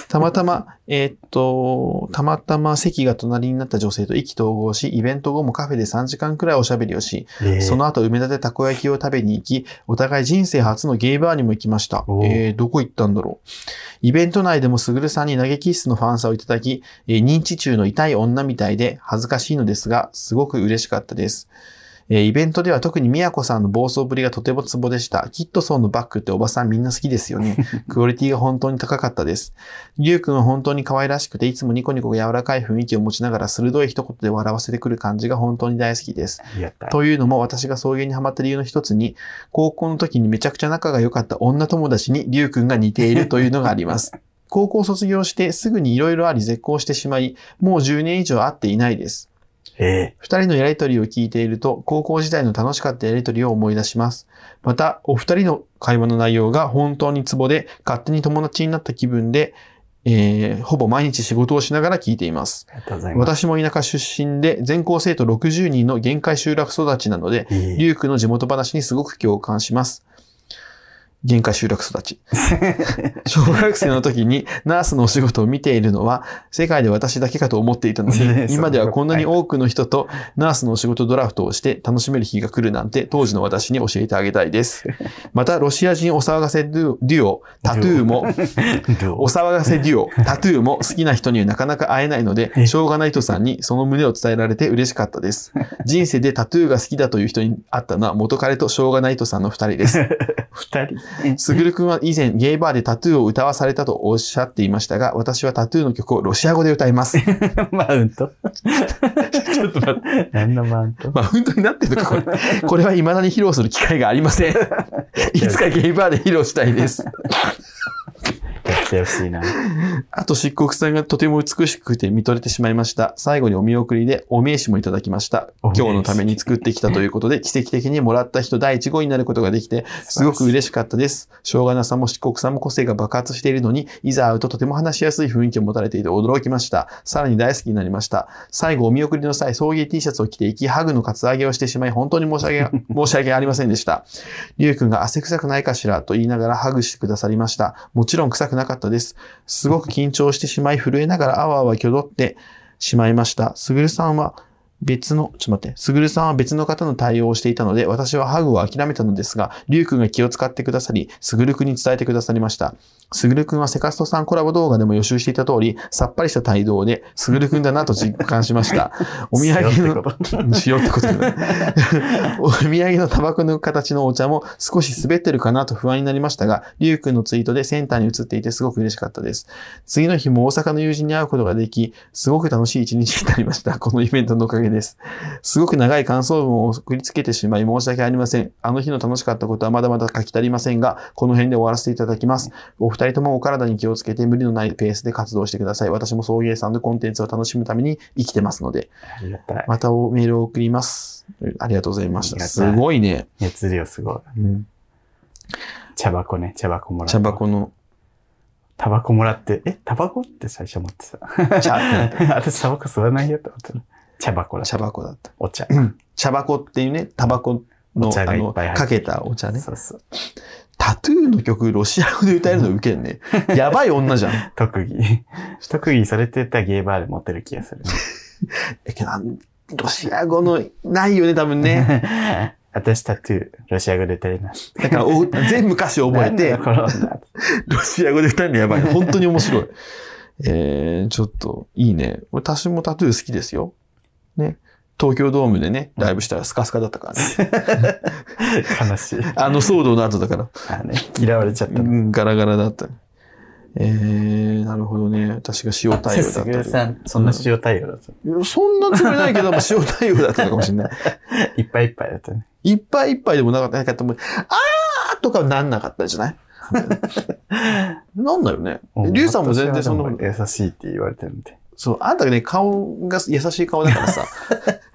たまたま、えーっと、たまたま席が隣になった女性と意気投合し、イベント後もカフェで3時間くらいおしゃべりをし、えーその後、梅田でたこ焼きを食べに行き、お互い人生初のゲイバーにも行きましたお。うえー、どこ行ったんだろう。イベント内でもすぐるさんに投げキッスのファンサをいただき、えー認知中の痛い女みたいで恥ずかしいのですが、すごく嬉しかったです。えーイベントでは特に宮子さんの暴走ぶりがとてもツボでした。キットソンのバッグっておばさんみんな好きですよ ね。クオリティが本当に高かったです。りゅうくんは本当に可愛らしくて、いつもニコニコ柔らかい雰囲気を持ちながら鋭い一言で笑わせてくる感じが本当に大好きです。ありがたい。というのも私が送迎にハマった理由の一つに、高校の時にめちゃくちゃ仲が良かった女友達にリュウ君が似ているというのがあり ます。高校卒業してすぐに色々あり絶交してしまい、もう10年以上会っていないです。え二人のやりとりを聞いていると、高校時代の楽しかったやりとりを思い出します。また、お二人の会話の内容が本当にツボで、勝手に友達になった気分で、えーほぼ毎日仕事をしながら聞いています。ーありがとうございます。私も田舎出身で、全校生徒60人の限界集落育ちなので、えーリュウクの地元話にすごく共感します。限界集落育 ち。小学生の時にナースのお仕事を見ているのは世界で私だけかと思っていたのねで、え今ではこんなに多くの人とナースのお仕事ドラフトをして楽しめる日が来るなんて当時の私に教えてあげたいです。またロシア人お騒がせデュデュオ、タトゥーもどうお騒がせデュオ、タトゥーも好きな人にはなかなか会えないのえで、しょうがない人さんにその胸を伝えられて嬉しかった です。人生でタトゥーが好きだという人に会ったのは元彼としょうがない人さんの二人です。 二 人。すぐるくんは以前ゲイバーでタトゥーを歌わされたとおっしゃっていましたが、私はタトゥーの曲をロシア語で歌い ます。マウントちょっと待って。何のマウントまあ、本当になってるのか、これ。これは未だに披露する機会がありませ ん。いつかゲイバーで披露したいです。やってほしいな。あと、漆黒さんがとても美しくて見とれてしまいました。最後にお見送りでお名刺もいただきました。お今名刺日のために作ってきたということで、奇跡的にもらった人第1号になることができて、すごく嬉しかったです。しょうがなさも漆黒さんも個性が爆発しているのに、いざ会うととても話しやすい雰囲気を持たれていて驚きました。さらに大好きになりました。最後、お見送りの際、送迎 T シャツを着ていき、ハグのカツアゲをしてしまい、本当に申し訳、申し訳ありませんでした。りゅうくんが汗臭くないかしらと言いながらハグしてくださりました。もちろん臭くなかったです。すごく緊張してしまい、震えながらあわあわきょどってしまいました。すぐるさんは別の、ちょっと待って、すぐるさんは別の方の対応をしていたので、私はハグを諦めたのですが、りゅうくんが気を使ってくださり、すぐるくんに伝えてくださりました。すぐるくんはセカストさんコラボ動画でも予習していた通り、さっぱりした態度で、すぐるくんだなと実感しま した。お土産しようの ってことしようってことだね。 お土産のタバコの形のお茶も少し滑ってるかなと不安になりましたが、リュウ君のツイートでセンターに移っていてすごく嬉しかったです。次の日も大阪の友人に会うことができ、すごく楽しい一日になりました。 このイベントのおかげです。すごく長い感想文を送りつけてしまい申し訳ありません。あの日の楽しかったことはまだまだ書き足りませんが、この辺で終わらせていただきます。お二人ともお体に気をつけて無理のないペースで活動してください。私も送迎さんのコンテンツを楽しむために生きてますので。ありがたい。またおメールを送ります。ありがとうございましありがた。たいすごいね。熱量すごい。茶箱ね、茶箱もらった。茶。箱の、タバコもらって、え、タバコって最初思ってさ。茶ってなっ 私タバコ吸わないよって思ったの。茶箱だた。。茶箱だった。お茶。茶箱っていうね、タバコおの、茶があいっの、ぱい入ってるかけたお茶ね。そうそう。タトゥーの曲、ロシア語で歌えるの受け んね。やばい女じゃん。特 技。特技されてたゲーバーでモテる気がする。えけどあのロシア語の、ないよね、多分ね。ね。 私タトゥー、ロシア語で歌います。だからお、全部歌詞覚えてなんだ、この女ロシア語で歌えるのやばい。本当に面白い。えー、ちょっと、いいね。私もタトゥー好きですよ。ね。東京ドームでね、ライブしたらスカスカだったからね。悲しい。あの騒動の後だから。あね、嫌われちゃっうた。ん、ガラガラだった。えー、なるほどね。私が塩対応すぐだるったさん、そんな塩対応だった。り。そんなつもりないけど、まあ塩対応だったのかもしれない。 いっぱいいっぱいだったね。いっぱいいっぱいでもなかった。なんかでもあーとかはなんなかったじゃ ないなんだよね。リュウさんも全然そんなこと優しいって言われてるんで。 そう、あんたね、顔が優しい顔だからさ、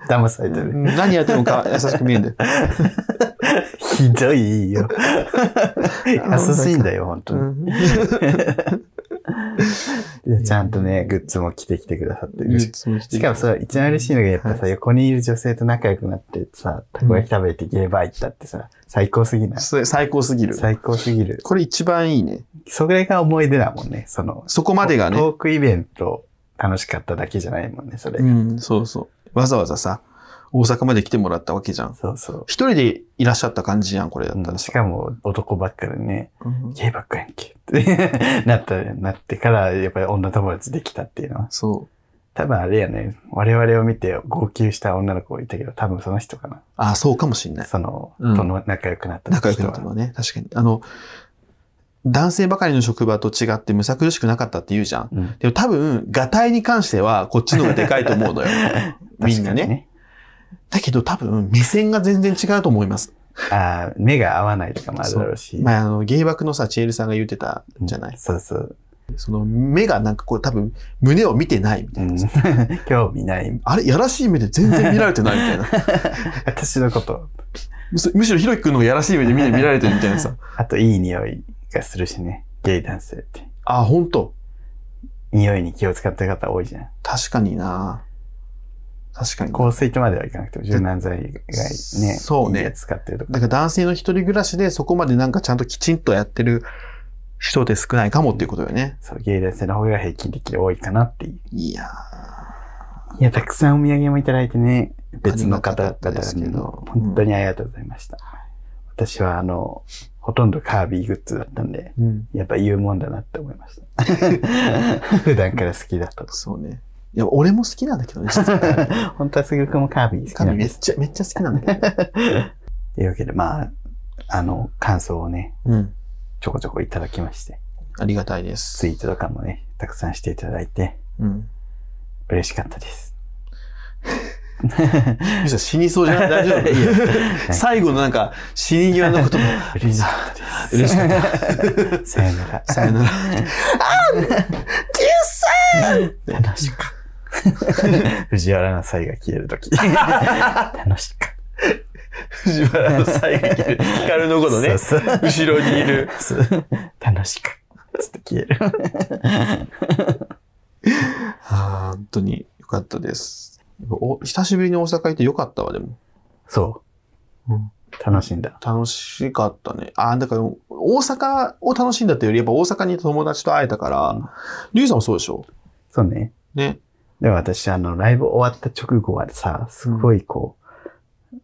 騙されてる。何やってもか優しく見えんだよ。ひど いよ。優しいんだよ、本当に。でちゃんとね、グッズも着てきてくださっ てうんるし。しかもそれ一番嬉しいのがやっぱさ、横にいる女性と仲良くなってさ、たこ焼き食べてゲーバー行ったってさ、最高すぎないそれ最高すぎる。最高すぎる。これ一番いいね。それが思い出だもんね、その。そこまでがね。トークイベント楽しかっただけじゃないもんね、それ。うん、そうそう。わざわざさ、大阪まで来てもらったわけじゃん。そうそう。一人でいらっしゃった感じやん、これだったうらさんしかも男ばっかでね、うんゲイばっかやんけって なった、なってから、やっぱり女友達できたっていうのは。そう。多分あれやね、我々を見て号泣した女の子いたけど、多分その人かな。あ、そうかもしんない。その、うんとの仲良くなった仲人良くなったのはね、確かに。あの、男性ばかりの職場と違ってむさ苦しくなかったって言うじゃん。 うん。。でも多分、がたいに関しては、こっちの方がでかいと思う のよみんな確かにね。。だけど多分、目線が全然違うと思います。ああ、目が合わないとかもあるだろうし。まあ、あの、芸爆のさ、チエルさんが言ってたじゃない。うんそうそう。その、目がなんかこう、多分、胸を見てないみうたいん な。興味ない。あれ、やらしい目で全然見られてないみたい な。私のこと。むしむしろ、ひろきくんの方がやらしい目で見見られてるみたいなさ。あと、いい匂いがするしね。ゲイ男性って。あ、本当匂いに気を使った方多いじゃん。確かにな確かに。香水とまではいかなくても、柔軟剤がね、そうねいいやつ使ってるとだか。から男性の一人暮らしでそこまでなんかちゃんときちんとやってる人で少ないかもっていうことよね。そう、ゲイ男性の方が平均的に多いかなっていう。いやいや、たくさんお土産もいただいてね、別の方ありがたかった々ですけにど本当にありがとうございました。私は、あの、ほとんどカービィグッズだったんで、ー。うん。やっぱ言うもんだなって思いま した。普段から好きだ ったと。そうね。いや、俺も好きなんだけどね、実 は。本当はすぐくんもカービィ好き神なんめでっす。ちゃ、めっちゃ好きなんだけど、ね。というわけで、まあ、あの、感想をね、 うん。ちょこちょこいただきまして、ありがたいです。ツイートとかもね、たくさんしていただいて、うん。嬉しかったです。むしろ死にそうじ ゃない大丈いや夫最後のなんか、死に際のことも、嬉しかったで嬉す。しかった。 さよなら。さよなら。あ楽しか。 藤原の才が消えるとき。楽しか。藤原の最後にいる、ヒカルのことね、そうそう後ろにいる。そう楽しか。つって消える。あー本当に良かったです。お久しぶりに大阪行って良かったわ、でも。そう。うん楽しんだ。楽しかったね。あ、だから、大阪を楽しんだっていうより、やっぱ大阪にいた友達と会えたから、うんリュウさんもそうでしょそうね。ね。でも私、あの、ライブ終わった直後はさ、すごいこう、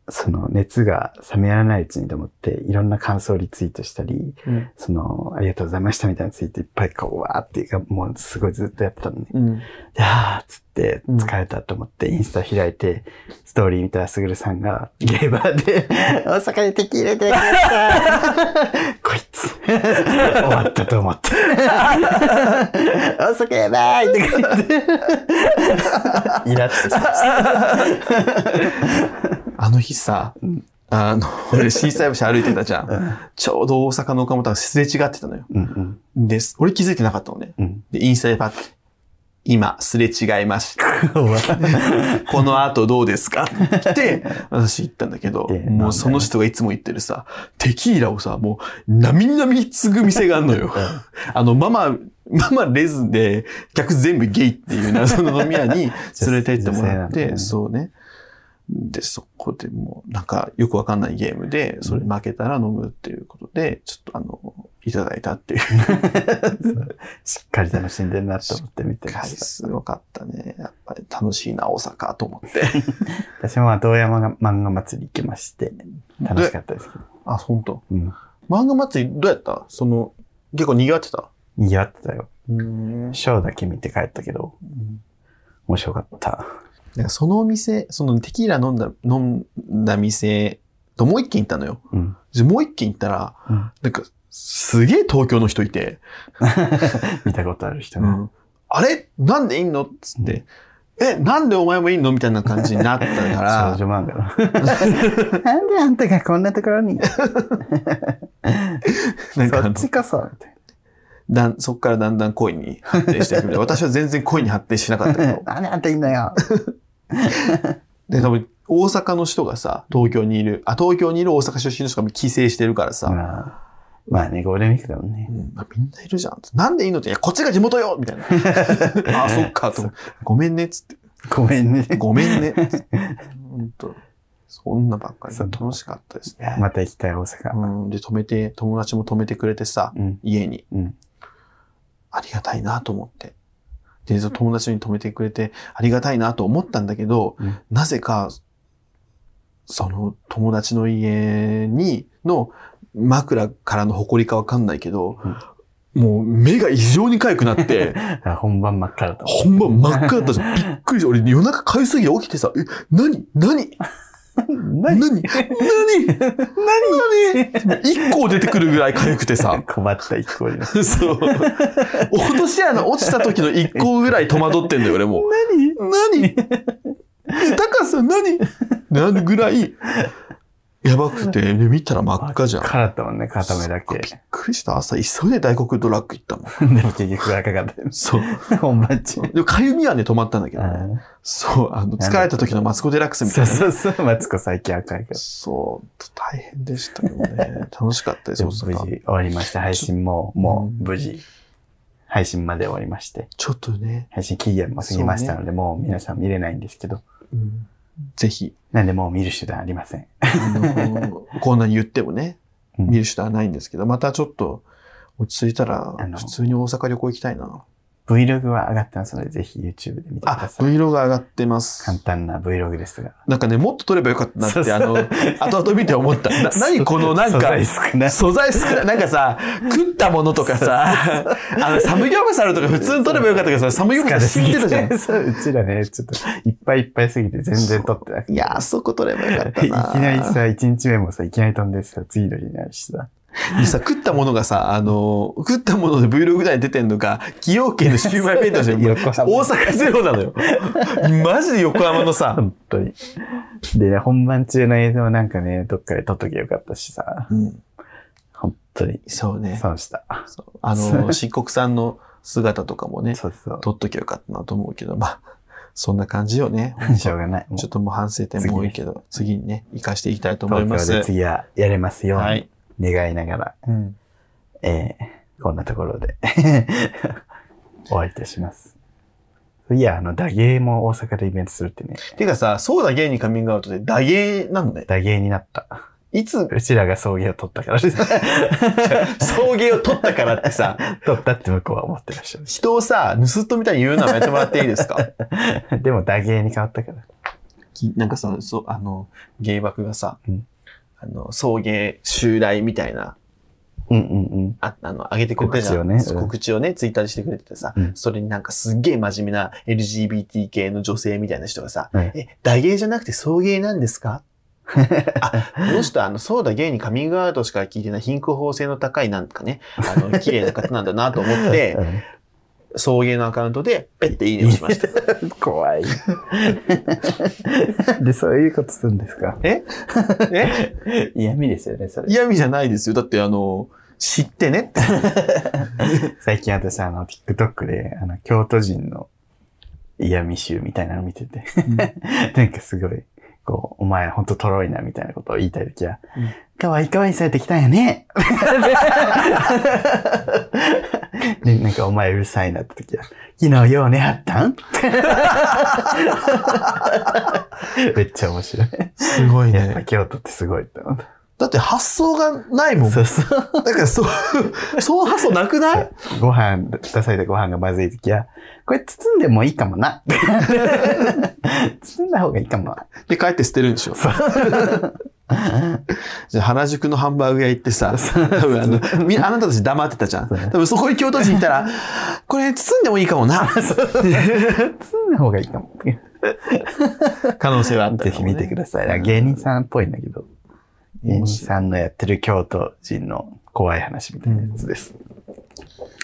その熱が冷めやらないうちにと思って、いろんな感想をリツイートしたり、うん。その、ありがとうございましたみたいなツイートいっぱいこう、わーっていうか、もうすごいずっとやってたのね。で、あーっつって、うん疲れたと思って、インスタ開いて、ストーリー見たらすぐるさんが、ゲーバー で、大阪に敵入 れてくれたこいつ、終わったと思って。大阪やばいって書いて、イラッとしました。あの日さ、うんあ の、俺、震災橋歩いてたじゃん。うんちょうど大阪の岡本がすれ違ってたのよ。うんうんです。俺気づいてなかったのね。うん。で、インスタでパッて。今、すれ違いま した。終わったこの後どうですかって、私言ったんだけど、でもうその人がいつも言ってるさ、テキーラをさ、もう、なみなみ継ぐ店があるの よ。あの、ママ、ママレズで、客全部ゲイっていう謎の飲み屋に 連れて行ってもらっ女性なんだて、ねそうね。で、そこでもう、なんか、よくわかんないゲームで、それ負けたら飲むっていうことで、ちょっとあの、いただいたっていう しっかり楽しんでるなと思って見てま回した。すごかったね。やっぱり楽しいな、大阪と思って。私も道山が漫画祭り行きまして、楽しかったですけど。あ、本当。うん。漫画祭りどうやったその、結構賑わってた賑わってたよ。うん。ショーだけ見て帰ったけど、面白かった。なんかそのお店、そのテキーラ飲んだ、飲んだ店ともう一軒行ったのよ。うん。でもう一軒行ったら、うんなんか、すげえ東京の人いて、見たことある人ね。あれなんでいんのっつって、え、なんでお前もいんのみたいな感じになったか 少ら、女漫画 の。なんであんたがこんなところにそなんかあっのちこそみたいだん、そっからだんだん恋に発展していくみたいな。私は全然恋に発展しなかったけなど。。なんであんたいんのよ。で、多分、大阪の人がさ、東京にいる、あ、東京にいる大阪出身の人が帰省してるからさ、まあ、まあね、ゴールデンウィークだもんねう。ん、あみんないるじゃん。なんでいいのって、いや、こっちが地元よみたいな。 あ、そっか、と思って。ごめんね、つって。ごめんね。ごめんね、つって。本当そんなばっかり。そんな楽しかったですね。また行きたい大阪。うん、で、止めて、友達も止めてくれてさ、うん。家に。うんありがたいなと思って。で、友達に止めてくれて、ありがたいなと思ったんだけど、うんなぜか、その友達の家に、の枕からの埃かわかんないけど、もう目が異常に痒くな って、あ本番真っ赤だと。ほんま真っ赤だったじゃん。びっくりした。俺夜中痒すぎて起きてさ、え、何何何何 何何一個出てくるぐらい痒くてさ。困った一行に。そう。落とし穴落ちた時の一個ぐらい戸惑ってんだよ、俺も何う。何高さん何なんぐらい、やばくて、で見たら真っ赤じゃん。赤だったもんね、片目だけ。びっくりした。朝、急いで大黒ドラッグ行ったもん。でも結局赤かっそう。た。本番中。でも、かゆみはね、止まったんだけどね。あそう、あの、疲れた時のマツコデラックスみたそいうなね。そうそう、マツコ最近赤いから。そう、大変でしたよね。楽しかったで、です大も無事阪。終わりました。配信も、もううん無事、配信まで終わりまして。ちょっとね、配信期限も過ぎましたので、もう皆さん見れないんですけど。うんぜひ、なんでもう見る手段ありません。あのこんなに言ってもね、うん見る人はないんですけど、またちょっと落ち着いたらあ、の普通に大阪旅行行きたいな。 Vlog は上がってますので、ぜひ YouTube で見てくだあ、さい。 Vlog 上がってま簡す。単な Vlog ですが。なんかね、もっと撮ればよかったなっそうて、そうあの、後々見て思った。な何このなん素か材、少ない。素材少ない。なんかさ、食ったものとかさ、あの、サムギョプサルとか普通に撮ればよかったけどさ、サムギョプサル染みてたじゃん。そう、うちらね、ちょっと、いっぱいいっぱいすぎて全然撮ってなくて。いや、あそこ撮ればよかっいたきな。なりさ、一日目もさ、いきなり飛んでさ、次の日になるしさ。さ、食ったものがさ、あの、食ったもので Vlog 内に出てんのか、崎陽軒のシウマイ弁当じゃん。もう横浜大阪ゼロな のよ。マジで横浜のさ、本当に。で、ね、本番中の映像なんかね、どっかで撮っときゃよかったしさ、うん、本当にそうね。損した。そうあの、漆黒さんの姿とかもね、そうそう。撮っときゃよかったなと思うけど、まあ、そんな感じよね。しょうがない。もうちょっともう反省点も多いけど、次にね、活かしていきたいと思いま東す京で。次はやれますように、はい。願いながら、うんえー、こんなところで 終わりとします。いや、あの、打芸も大阪でイベントするってね、てかさ、そうだゲイにカミングアウトで、ダゲーなんだよ。打芸になった。い つ、うちらが送迎を取ったから です。送迎を取ったからってさ、取ったって向こうは思ってらっしゃる人をさ、盗人みたいに言うのはやめてもらっていいですかでも、打芸に変わったから。きなんかさ、そう、あの、芸爆がさ、うんあの、送迎、襲来みたいな、うんうんうん。ああの、上げてくれたじゃん。告知をねそううん告知をね、ツイッターでしてくれててさ、うんそれになんかすっげえ真面目な LGBT 系の女性みたいな人がさ、うんえ、打芸じゃなくて送迎なんですかあ、この人はあの、そうだ芸にカミングアウトしか聞いてない貧困法性の高いなんかね、あ の、綺麗な方なんだなと思って、う送迎のアカウントで、ペッていいねをしま した。ん怖い。で、そういうことするんですかえ嫌味ですよね、それ。嫌味じゃないですよ。だって、あの、知ってねって。最近私、あの、TikTok で、あの、京都人の嫌味集みたいなの見てて、 なんかすごい、こう、お前ほんととろいな、みたいなことを言いたいときはうん、かわいいかわいいされてきたんや ねで、なんかお前うるさいなってときは、昨日ようねあった んめっちゃ面白い。すごいや っぱ。京都ってすごいって思った。だって発想がないもん。だそうそう。から、 そう、そう発想なくないご飯出されたご飯がまずいときは、これ包んでもいいかもな。包んだ方がいいかもな。で、帰って捨てるんでしょ。 じゃあ原宿のハンバーグ屋行ってさ、多分あの、みあなたたち黙ってたじゃん。そうね多分そこに京都人いた ら、これ包んでもいいかもな。包んだ方がいいかも。可能性はあったぜよね、ひ見てください。なんか芸人さんっぽいんだけど、芸人さんのやってる京都人の怖い話みたいなやつです。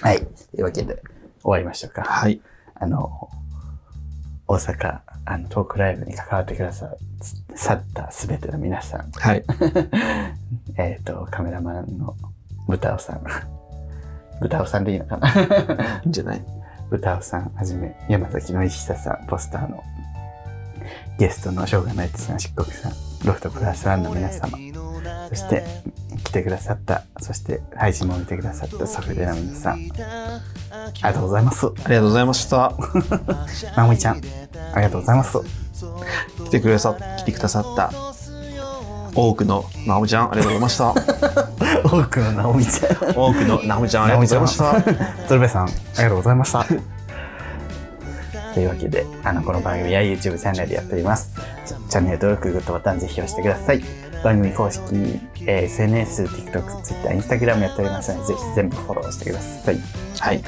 はい。というわけで、終わりましょうか。はい。あの、大阪、あの、トークライブに関わってくださ、去ったすべての皆さん、はい。えっ、と、カメラマンの豚尾さん。豚尾さんでいいのかな いいんじゃない豚尾さんはじめ、山崎の久さん、ポスターのゲストのしょうがないとさん、漆黒さん、ロフトプラスワンの皆様、そして来てくださった、そして配信も見てくださったソフレの皆さん、ありがとうございます。 ありがとうございました。まもいちゃん、ありがとうございます。来てくださ、来てくださった、多くのなおみちゃん、ありがとうございま した。多くのなおみちゃん、多くのなおみちゃん、ありがとうございました。鶴瓶さん、ありがとうございました。 というわけで、あの、この番組は YouTube チャンネルでやっております。チチャンネル登録、グッドボタンぜひ押してください。番組公式、えー SNS、TikTok、Twitter、Instagram やっておりますので、ぜひ全部フォローしてください。はい。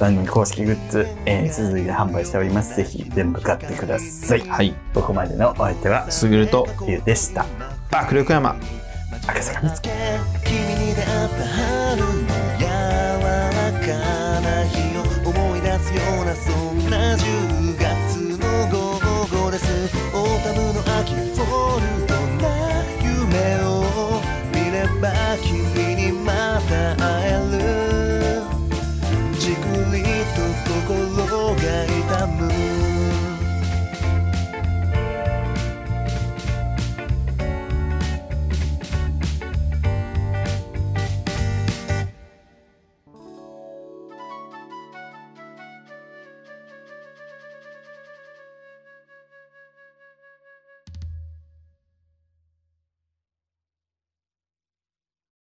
番組公式グッズ、えー、鈴木で販売しております。ぜひ全部買ってください。はい。ここまでのお相手は、すぐると、ゆうでした。爆力山。赤坂みつき君に出会った春